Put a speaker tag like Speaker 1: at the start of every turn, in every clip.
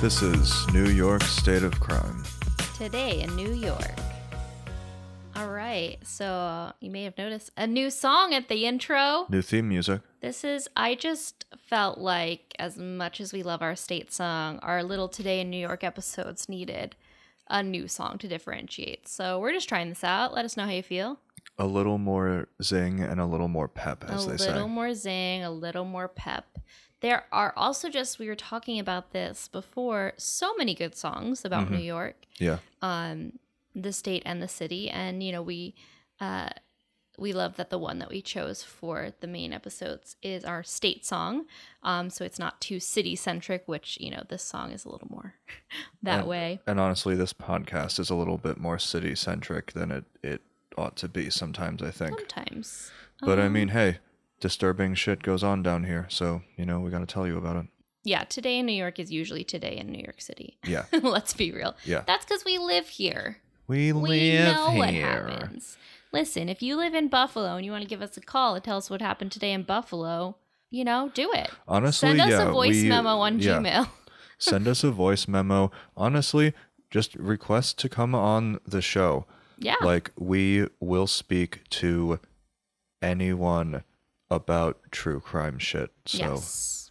Speaker 1: This is New York State of Crime.
Speaker 2: Today in New York. All right. So uh, you may have noticed a new song at the intro.
Speaker 1: New theme music.
Speaker 2: This is, I just felt like, as much as we love our state song, our little Today in New York episodes needed a new song to differentiate. So we're just trying this out. Let us know how you feel.
Speaker 1: A little more zing and a little more pep, as
Speaker 2: a
Speaker 1: they
Speaker 2: little
Speaker 1: say.
Speaker 2: more zing, a little more pep. There are also just, we were talking about this before, so many good songs about
Speaker 1: Mhm.
Speaker 2: New York.
Speaker 1: yeah.
Speaker 2: um, the state and the city. And you know, we uh, we love that the one that we chose for the main episodes is our state song. Um, so it's not too city centric, which you know this song is a little more that
Speaker 1: Yeah.
Speaker 2: way.
Speaker 1: And honestly, this podcast is a little bit more city centric than it, it ought to be sometimes, I think.
Speaker 2: Sometimes,
Speaker 1: But I
Speaker 2: Um,
Speaker 1: mean, hey, disturbing shit goes on down here. So, you know, we got to tell you about it.
Speaker 2: yeah, today in New York is usually today in New York City.
Speaker 1: Yeah.
Speaker 2: Let's be real.
Speaker 1: Yeah.
Speaker 2: That's because we live here.
Speaker 1: We,
Speaker 2: We
Speaker 1: live
Speaker 2: know what
Speaker 1: here.
Speaker 2: happens. Listen, if you live in Buffalo and you want to give us a call and tell us what happened today in Buffalo, you know, do it.
Speaker 1: Honestly,
Speaker 2: Send us
Speaker 1: yeah,
Speaker 2: a voice
Speaker 1: we-
Speaker 2: memo on
Speaker 1: yeah.
Speaker 2: Gmail.
Speaker 1: Send us a voice memo. Honestly, just request to come on the show.
Speaker 2: Yeah.
Speaker 1: Like, we will speak to anyone about true crime shit. So
Speaker 2: yes.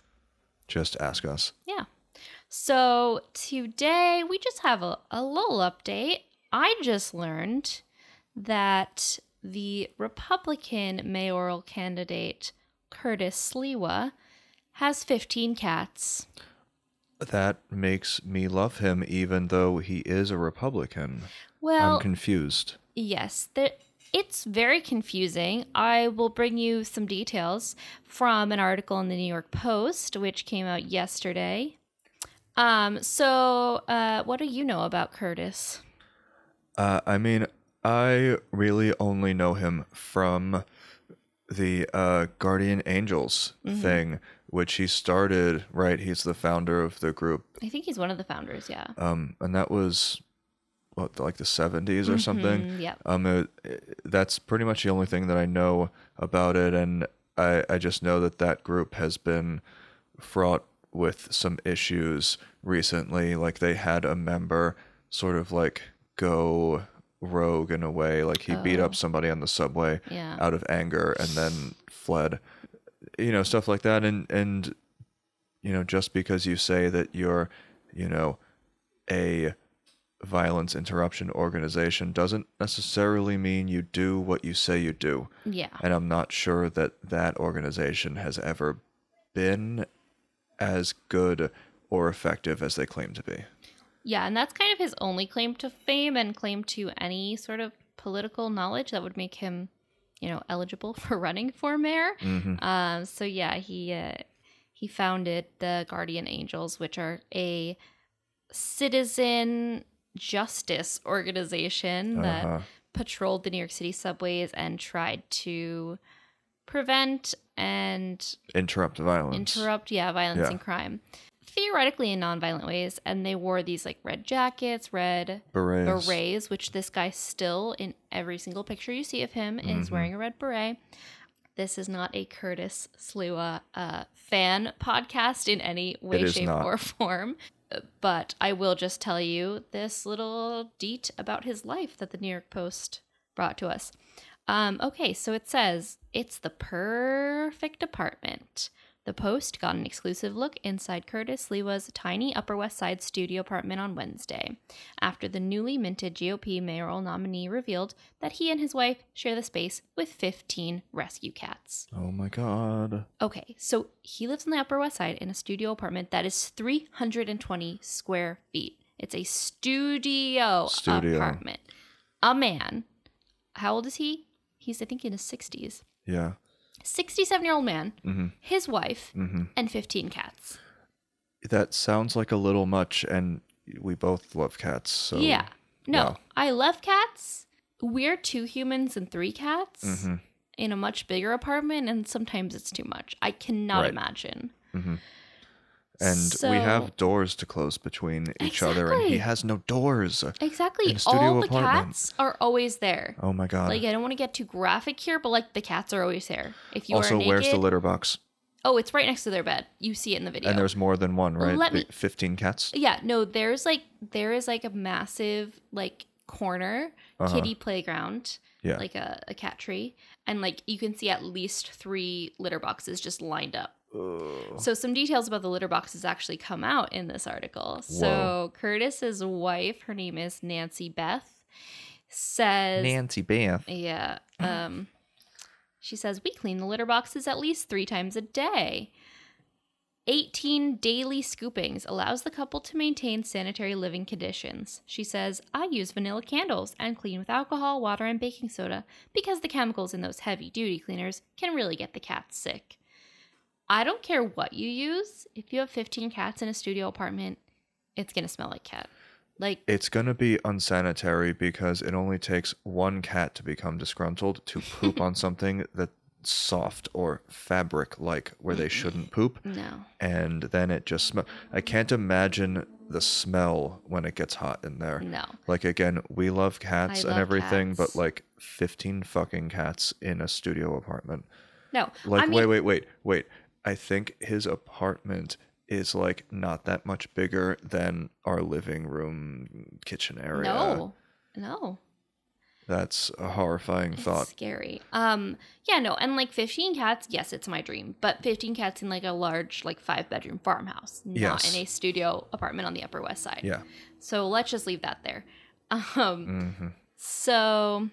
Speaker 1: just ask us.
Speaker 2: Yeah. So today we just have a, a little update. I just learned that the Republican mayoral candidate, Curtis Slewa, has 15 cats.
Speaker 1: That makes me love him, even though he is a Republican.
Speaker 2: Well,
Speaker 1: I'm confused.
Speaker 2: Yes, there, it's very confusing. I will bring you some details from an article in the New York Post, which came out yesterday. Um, so, uh, what do you know about Curtis?
Speaker 1: Uh, I mean, I really only know him from the uh, Guardian Angels
Speaker 2: Mhm.
Speaker 1: thing, which he started, right? He's the founder of the group.
Speaker 2: I think he's one of the founders, yeah.
Speaker 1: Um, and that was, what, like the 70s or something?
Speaker 2: Mhm, Yep.
Speaker 1: Um, it- it- that's pretty much the only thing that I know about it, and I I just know that that group has been fraught with some issues recently. Like they had a member sort of like go rogue in a way, like he beat
Speaker 2: Oh.
Speaker 1: up somebody on the subway
Speaker 2: Yeah.
Speaker 1: out of anger and then fled, you know, stuff like that, and and you know, just because you say that you're, you know, a violence interruption organization doesn't necessarily mean you do what you say you do.
Speaker 2: yeah.
Speaker 1: And I'm not sure that that organization has ever been as good or effective as they claim to be.
Speaker 2: Yeah, and that's kind of his only claim to fame and claim to any sort of political knowledge that would make him, you know, eligible for running for mayor.
Speaker 1: Mm-hmm.
Speaker 2: Um, so yeah, he uh, he founded the Guardian Angels, which are a citizen justice organization that
Speaker 1: Uh-huh.
Speaker 2: patrolled the New York City subways and tried to prevent and
Speaker 1: Interrupt violence.
Speaker 2: interrupt, yeah, violence
Speaker 1: Yeah.
Speaker 2: and crime, theoretically in nonviolent ways. And they wore these like red jackets, red
Speaker 1: Berets.
Speaker 2: berets, which this guy still in every single picture you see of him is
Speaker 1: Mhm.
Speaker 2: wearing a red beret. This is not a Curtis Slewa uh, fan podcast in any way,
Speaker 1: It is
Speaker 2: shape,
Speaker 1: not.
Speaker 2: or form. But I will just tell you this little deet about his life that the New York Post brought to us. Um, okay, so it says it's the perfect apartment. The Post got an exclusive look inside Curtis Lewa's tiny Upper West Side studio apartment on Wednesday, after the newly minted GOP mayoral nominee revealed that he and his wife share the space with 15 rescue cats.
Speaker 1: Oh my god.
Speaker 2: Okay, so he lives on the Upper West Side in a studio apartment that is 320 square feet. It's a studio,
Speaker 1: Studio.
Speaker 2: apartment. A man. How old is he? He's, I think, in his 60s.
Speaker 1: Yeah.
Speaker 2: 67 year old man,
Speaker 1: Mm-hmm.
Speaker 2: his wife,
Speaker 1: Mm-hmm.
Speaker 2: and 15 cats.
Speaker 1: That sounds like a little much, and we both love cats. So
Speaker 2: yeah. No,
Speaker 1: wow.
Speaker 2: I love cats. We're two humans and three cats
Speaker 1: Mm-hmm.
Speaker 2: in a much bigger apartment, and sometimes it's too much. I cannot
Speaker 1: Right.
Speaker 2: imagine.
Speaker 1: Mm-hmm. And we
Speaker 2: So-
Speaker 1: have doors to close between each other, and
Speaker 2: Exactly.
Speaker 1: he has no doors.
Speaker 2: Exactly.
Speaker 1: In a studio
Speaker 2: All the
Speaker 1: apartment.
Speaker 2: cats are always there.
Speaker 1: Oh my god.
Speaker 2: Like I don't want to get too graphic here, but like the cats are always there. If you
Speaker 1: also,
Speaker 2: are naked,
Speaker 1: where's the litter box?
Speaker 2: Oh, it's right next to their bed. You see it in the video.
Speaker 1: And there's more than one, right?
Speaker 2: Let
Speaker 1: The-
Speaker 2: me-
Speaker 1: 15 cats?
Speaker 2: yeah, no, there's like there is like a massive like corner
Speaker 1: Uh-huh.
Speaker 2: kitty playground,
Speaker 1: Yeah.
Speaker 2: like a, a cat tree, and like you can see at least three litter boxes just lined up.
Speaker 1: Ugh.
Speaker 2: So some details about the litter boxes actually come out in this article.
Speaker 1: Whoa.
Speaker 2: So Curtis's wife, her name is Nancy Beth, says
Speaker 1: Nancy Banff.
Speaker 2: yeah. Um, she says we clean the litter boxes at least three times a day. 18 daily scoopings allows the couple to maintain sanitary living conditions. She says, I use vanilla candles and clean with alcohol, water, and baking soda because the chemicals in those heavy duty cleaners can really get the cats sick. I don't care what you use, if you have 15 cats in a studio apartment, it's going to smell like cat. Like,
Speaker 1: It's going to be unsanitary because it only takes one cat to become disgruntled to poop on something that's soft or fabric like where they shouldn't poop.
Speaker 2: no.
Speaker 1: And then it just smells. I can't imagine the smell when it gets hot in there.
Speaker 2: No.
Speaker 1: Like, again, we love cats
Speaker 2: Mm. love
Speaker 1: and everything,
Speaker 2: cats.
Speaker 1: but like 15 fucking cats in a studio apartment.
Speaker 2: No.
Speaker 1: Like,
Speaker 2: I mean,
Speaker 1: wait, wait, wait, wait. I think his apartment is like not that much bigger than our living room kitchen area.
Speaker 2: No, no,
Speaker 1: That's a horrifying
Speaker 2: it's
Speaker 1: thought.
Speaker 2: scary. Um, yeah, no, and like fifteen cats. Yes, it's my dream, but fifteen cats in like a large, like five bedroom farmhouse, not
Speaker 1: Yes.
Speaker 2: in a studio apartment on the Upper West Side.
Speaker 1: Yeah.
Speaker 2: So let's just leave that there. Um,
Speaker 1: hmm
Speaker 2: so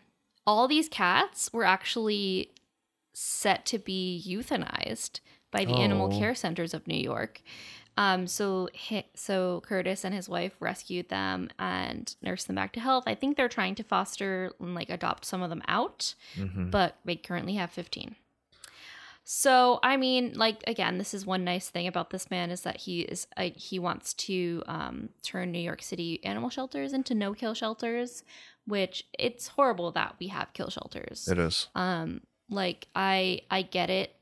Speaker 2: all these cats were actually set to be euthanized by the animal
Speaker 1: Oh.
Speaker 2: care centers of New York. Um, so hi- so Curtis and his wife rescued them and nursed them back to health. I think they're trying to foster and like adopt some of them out,
Speaker 1: hmm
Speaker 2: but they currently have 15. So I mean, like again, this is one nice thing about this man is that he is uh, he wants to um, turn New York City animal shelters into no kill shelters, which it's horrible that we have kill shelters.
Speaker 1: It is.
Speaker 2: Um, like I I get it,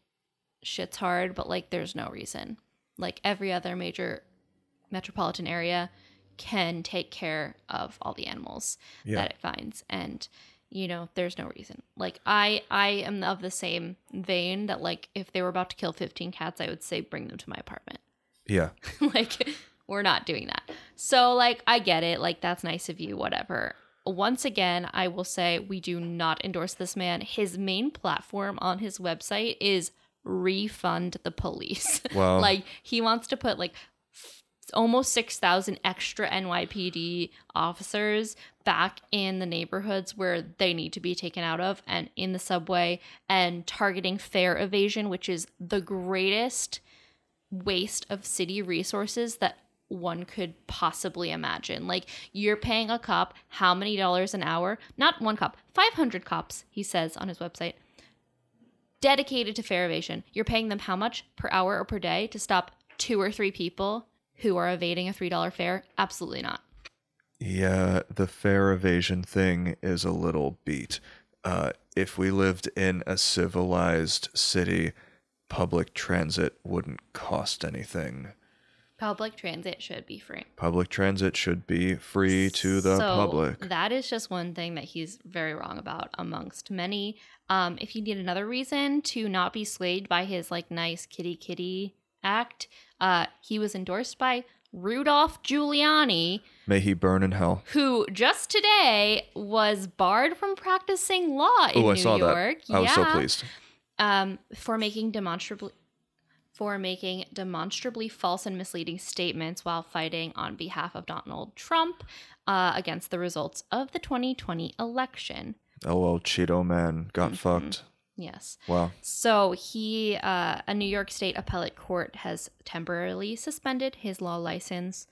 Speaker 2: shit's hard, but like there's no reason. Like every other major metropolitan area can take care of all the animals
Speaker 1: Yeah.
Speaker 2: that it finds and you know there's no reason like i i am of the same vein that like if they were about to kill 15 cats i would say bring them to my apartment
Speaker 1: yeah.
Speaker 2: like we're not doing that so like i get it like that's nice of you whatever once again i will say we do not endorse this man his main platform on his website is refund the police
Speaker 1: Well,
Speaker 2: like he wants to put like f- almost 6000 extra NYPD officers back in the neighborhoods where they need to be taken out of and in the subway and targeting fare evasion which is the greatest waste of city resources that one could possibly imagine. Like you're paying a cop how many dollars an hour? Not one cop, 500 cops, he says on his website. Dedicated to fare evasion. You're paying them how much per hour or per day to stop two or three people who are evading a $3 fare? Absolutely not.
Speaker 1: yeah, the fair evasion thing is a little beat. Uh, if we lived in a civilized city, public transit wouldn't cost anything.
Speaker 2: Public transit should be free.
Speaker 1: Public transit should be free to the
Speaker 2: So,
Speaker 1: public.
Speaker 2: That is just one thing that he's very wrong about amongst many. Um, if you need another reason to not be swayed by his like nice kitty kitty act, uh, he was endorsed by Rudolph Giuliani,
Speaker 1: May he burn in hell.
Speaker 2: who just today was barred from practicing law in
Speaker 1: Oh,
Speaker 2: New
Speaker 1: I saw
Speaker 2: York.
Speaker 1: that. I was so
Speaker 2: Yeah
Speaker 1: pleased.
Speaker 2: um, for making demonstrably for making demonstrably false and misleading statements while fighting on behalf of Donald Trump uh, against the results of the 2020 election.
Speaker 1: Oh well, Cheeto Man got
Speaker 2: Mm-hmm.
Speaker 1: fucked.
Speaker 2: Yes.
Speaker 1: Wow.
Speaker 2: So he, uh, a New York State appellate court has temporarily suspended his law license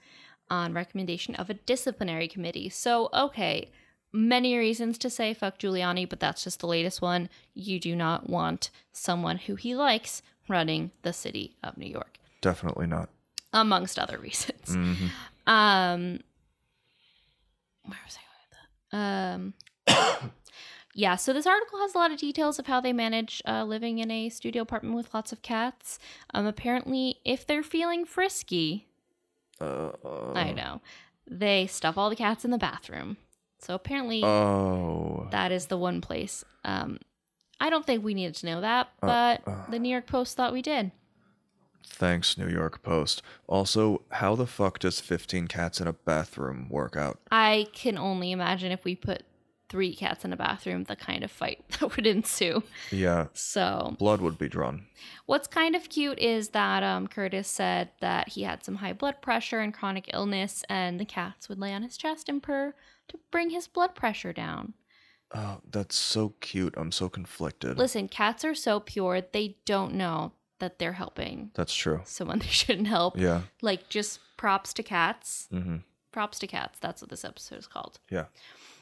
Speaker 2: on recommendation of a disciplinary committee. So, okay, many reasons to say fuck Giuliani, but that's just the latest one. You do not want someone who he likes running the city of New York,
Speaker 1: Definitely not.
Speaker 2: amongst other reasons.
Speaker 1: Mhm.
Speaker 2: Um, where was I going with that? Um, yeah. So this article has a lot of details of how they manage uh, living in a studio apartment with lots of cats. Um, apparently, if they're feeling frisky,
Speaker 1: Uh,
Speaker 2: I know they stuff all the cats in the bathroom. So apparently,
Speaker 1: Oh.
Speaker 2: that is the one place. Um, I don't think we needed to know that, but the New York Post thought we did.
Speaker 1: Thanks, New York Post. Also, how the fuck does 15 cats in a bathroom work out?
Speaker 2: I can only imagine if we put three cats in a bathroom, the kind of fight that would ensue.
Speaker 1: Yeah,
Speaker 2: So,
Speaker 1: blood would be drawn.
Speaker 2: what's kind of cute is that um, Curtis said that he had some high blood pressure and chronic illness, and the cats would lay on his chest and purr to bring his blood pressure down.
Speaker 1: Oh, that's so cute. I'm so conflicted.
Speaker 2: Listen, cats are so pure, they don't know that they're helping
Speaker 1: That's true.
Speaker 2: someone they shouldn't help.
Speaker 1: Yeah.
Speaker 2: Like, just props to cats.
Speaker 1: hmm
Speaker 2: Props to cats. That's what this episode is called.
Speaker 1: Yeah.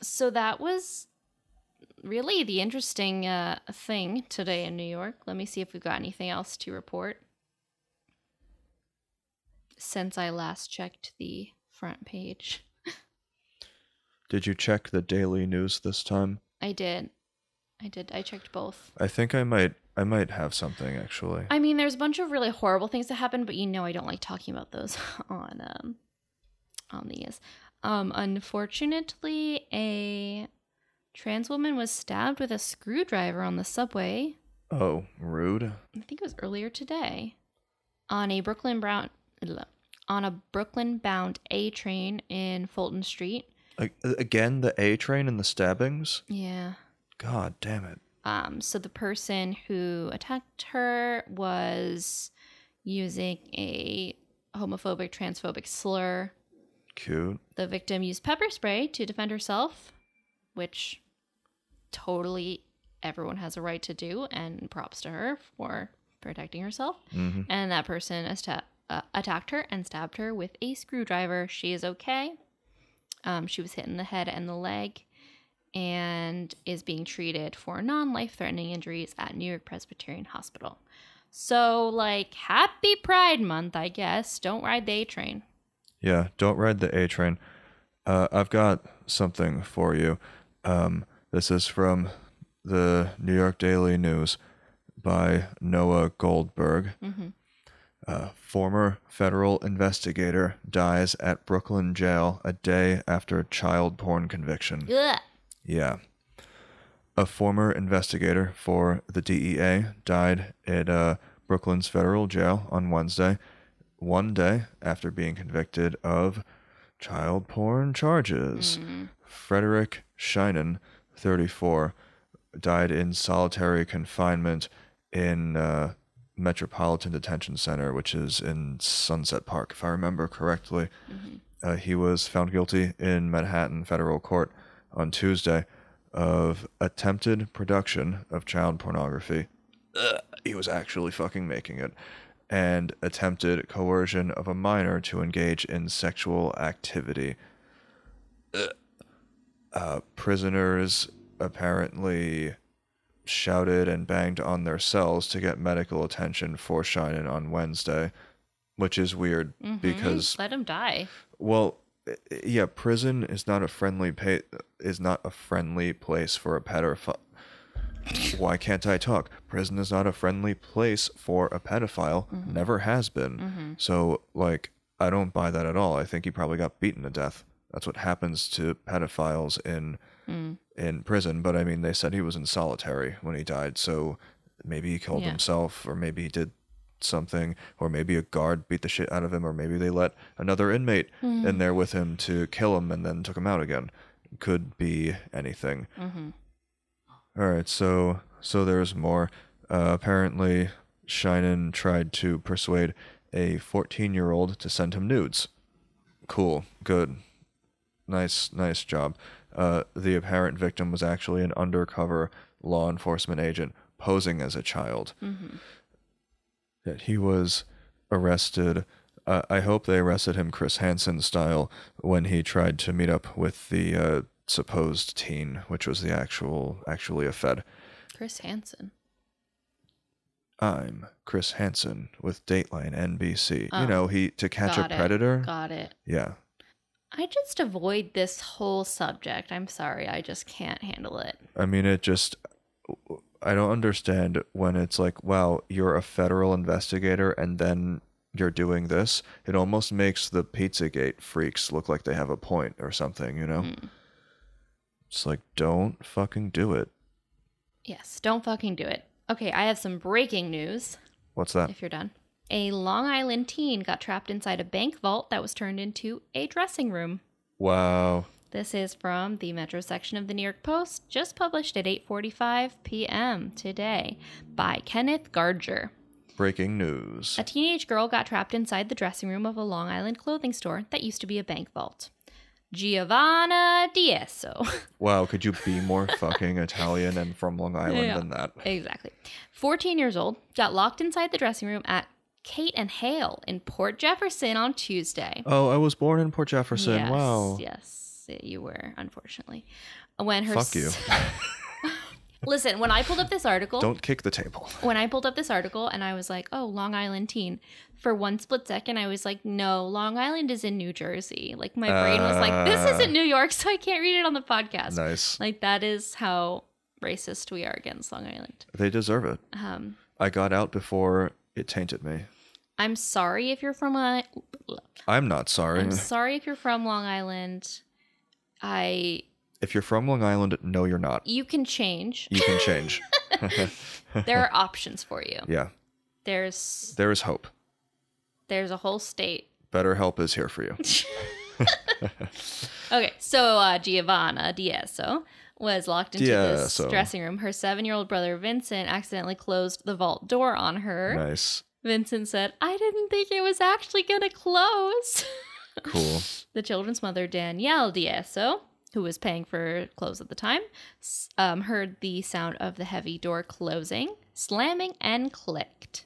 Speaker 2: So that was really the interesting uh, thing today in New York. Let me see if we've got anything else to report since I last checked the front page.
Speaker 1: Did you check the daily news this time?
Speaker 2: I did. I did. I checked both.
Speaker 1: I think I might. I might have something actually.
Speaker 2: I mean, there's a bunch of really horrible things that happened, but you know I don't like talking about those on um on these. Um unfortunately, a trans woman was stabbed with a screwdriver on the subway.
Speaker 1: Oh, rude.
Speaker 2: I think it was earlier today on a Brooklyn Brown on a Brooklyn bound A train in Fulton Street.
Speaker 1: A- again, the A train and the stabbings.
Speaker 2: Yeah.
Speaker 1: God damn it.
Speaker 2: Um, so the person who attacked her was using a homophobic, transphobic slur.
Speaker 1: Cute.
Speaker 2: The victim used pepper spray to defend herself, which totally everyone has a right to do, and props to her for protecting herself.
Speaker 1: hmm
Speaker 2: And that person asta- uh, attacked her and stabbed her with a screwdriver. She is okay. Um, she was hit in the head and the leg and is being treated for non life threatening injuries at New York Presbyterian Hospital. So, like, happy Pride Month, I guess. Don't ride the A train.
Speaker 1: Yeah, don't ride the A train. Uh, I've got something for you. Um, this is from the New York Daily News by Noah Goldberg.
Speaker 2: Mhm.
Speaker 1: Uh, former federal investigator dies at Brooklyn jail a day after child porn conviction.
Speaker 2: Ugh.
Speaker 1: Yeah. A former investigator for the DEA died at uh, Brooklyn's federal jail on Wednesday, one day after being convicted of child porn charges. Frederick Scheinen, 34, died in solitary confinement in uh, Metropolitan Detention Center, which is in Sunset Park, if I remember correctly. Uh, he was found guilty in Manhattan federal court on Tuesday of attempted production of child pornography. Ugh, he was actually fucking making it. And attempted coercion of a minor to engage in sexual activity. Ugh. Uh, prisoners apparently shouted and banged on their cells to get medical attention for Shinen on Wednesday, which is weird
Speaker 2: Mhm.
Speaker 1: because
Speaker 2: Let him die.
Speaker 1: well, i- i- yeah, prison is not a friendly pa- is not a friendly place for a pedophile. Why can't I talk? Prison is not a friendly place for a pedophile. Never has been. So, like, I don't buy that at all. I think he probably got beaten to death. That's what happens to pedophiles in in prison. But I mean, they said he was in solitary when he died. So maybe he killed
Speaker 2: Yeah.
Speaker 1: himself, or maybe he did something, or maybe a guard beat the shit out of him, or maybe they let another inmate in there with him to kill him and then took him out again. Could be anything.
Speaker 2: Mhm.
Speaker 1: All right, so so there's more. Uh, apparently, Shinen tried to persuade a 14-year-old to send him nudes. Cool, good, nice, nice job. Uh, the apparent victim was actually an undercover law enforcement agent posing as a child that he was arrested. Uh, I hope they arrested him Chris Hansen style when he tried to meet up with the uh, supposed teen, which was the actual actually a Fed.
Speaker 2: Chris Hansen.
Speaker 1: I'm Chris Hansen with Dateline NBC.
Speaker 2: Oh.
Speaker 1: you know, he to catch
Speaker 2: Got
Speaker 1: a
Speaker 2: it.
Speaker 1: predator.
Speaker 2: Got it.
Speaker 1: Yeah.
Speaker 2: I just avoid this whole subject. I'm sorry. I just can't handle it.
Speaker 1: I mean, it just I don't understand when it's like, wow, you're a federal investigator and then you're doing this. It almost makes the Pizzagate freaks look like they have a point or something, you know?
Speaker 2: Hmm.
Speaker 1: It's like, don't fucking do it.
Speaker 2: Yes, don't fucking do it. Okay, I have some breaking news
Speaker 1: What's that?
Speaker 2: if you're done. a Long Island teen got trapped inside a bank vault that was turned into a dressing room.
Speaker 1: Wow.
Speaker 2: This is from the Metro section of the New York Post, just published at 8:45 p.m. today by Kenneth Gardger.
Speaker 1: Breaking news.
Speaker 2: A teenage girl got trapped inside the dressing room of a Long Island clothing store that used to be a bank vault. Giovanna Diesso.
Speaker 1: Wow, could you be more fucking Italian and from Long Island
Speaker 2: Yeah.
Speaker 1: than that?
Speaker 2: exactly. 14 years old, got locked inside the dressing room at Kate and Hale in Port Jefferson on Tuesday.
Speaker 1: Oh, I was born in Port Jefferson.
Speaker 2: Yes,
Speaker 1: wow.
Speaker 2: Yes, you were, unfortunately. When her
Speaker 1: Fuck you.
Speaker 2: s- Listen, when I pulled up this article,
Speaker 1: Don't kick the table.
Speaker 2: when I pulled up this article and I was like, "Oh, Long Island teen." For one split second, I was like, "No, Long Island is in New Jersey." Like my brain was like, "This
Speaker 1: Ah.
Speaker 2: isn't New York, so I can't read it on the podcast."
Speaker 1: Nice.
Speaker 2: Like that is how racist we are against Long Island.
Speaker 1: They deserve it.
Speaker 2: Um,
Speaker 1: I got out before it tainted me.
Speaker 2: I'm sorry if you're from a.
Speaker 1: I'm not sorry.
Speaker 2: I'm sorry if you're from Long Island. I
Speaker 1: if you're from Long Island, no, you're not.
Speaker 2: you can change.
Speaker 1: You can change.
Speaker 2: there are options for you.
Speaker 1: yeah,
Speaker 2: There's
Speaker 1: there is hope.
Speaker 2: there's a whole state.
Speaker 1: Better help is here for you.
Speaker 2: Okay, so uh, Giovanna Diesso was locked into
Speaker 1: Diesso.
Speaker 2: this dressing room. Her seven-year-old brother Vincent accidentally closed the vault door on her.
Speaker 1: Nice.
Speaker 2: Vincent said, "I didn't think it was actually gonna close."
Speaker 1: Cool.
Speaker 2: The children's mother, Danielle Diesso, who was paying for clothes at the time, s- um, heard the sound of the heavy door closing, slamming, and clicked.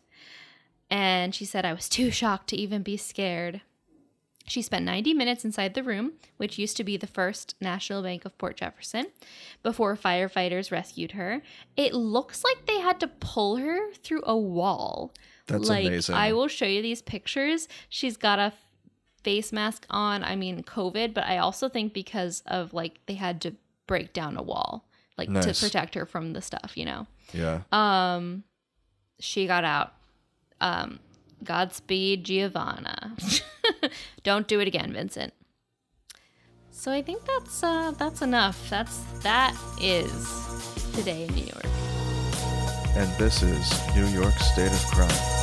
Speaker 2: And she said, I was too shocked to even be scared. She spent 90 minutes inside the room, which used to be the first National Bank of Port Jefferson, before firefighters rescued her. It looks like they had to pull her through a wall
Speaker 1: That's
Speaker 2: like,
Speaker 1: amazing.
Speaker 2: I will show you these pictures. She's got a face mask on. I mean, COVID, but I also think because of like they had to break down a wall, like to
Speaker 1: Nice.
Speaker 2: protect her from the stuff, you know.
Speaker 1: yeah.
Speaker 2: Um, she got out. Um, Godspeed, Giovanna. Don't do it again, Vincent. So I think that's uh, that's enough. That's that is today in New York.
Speaker 1: and this is New York State of Crime.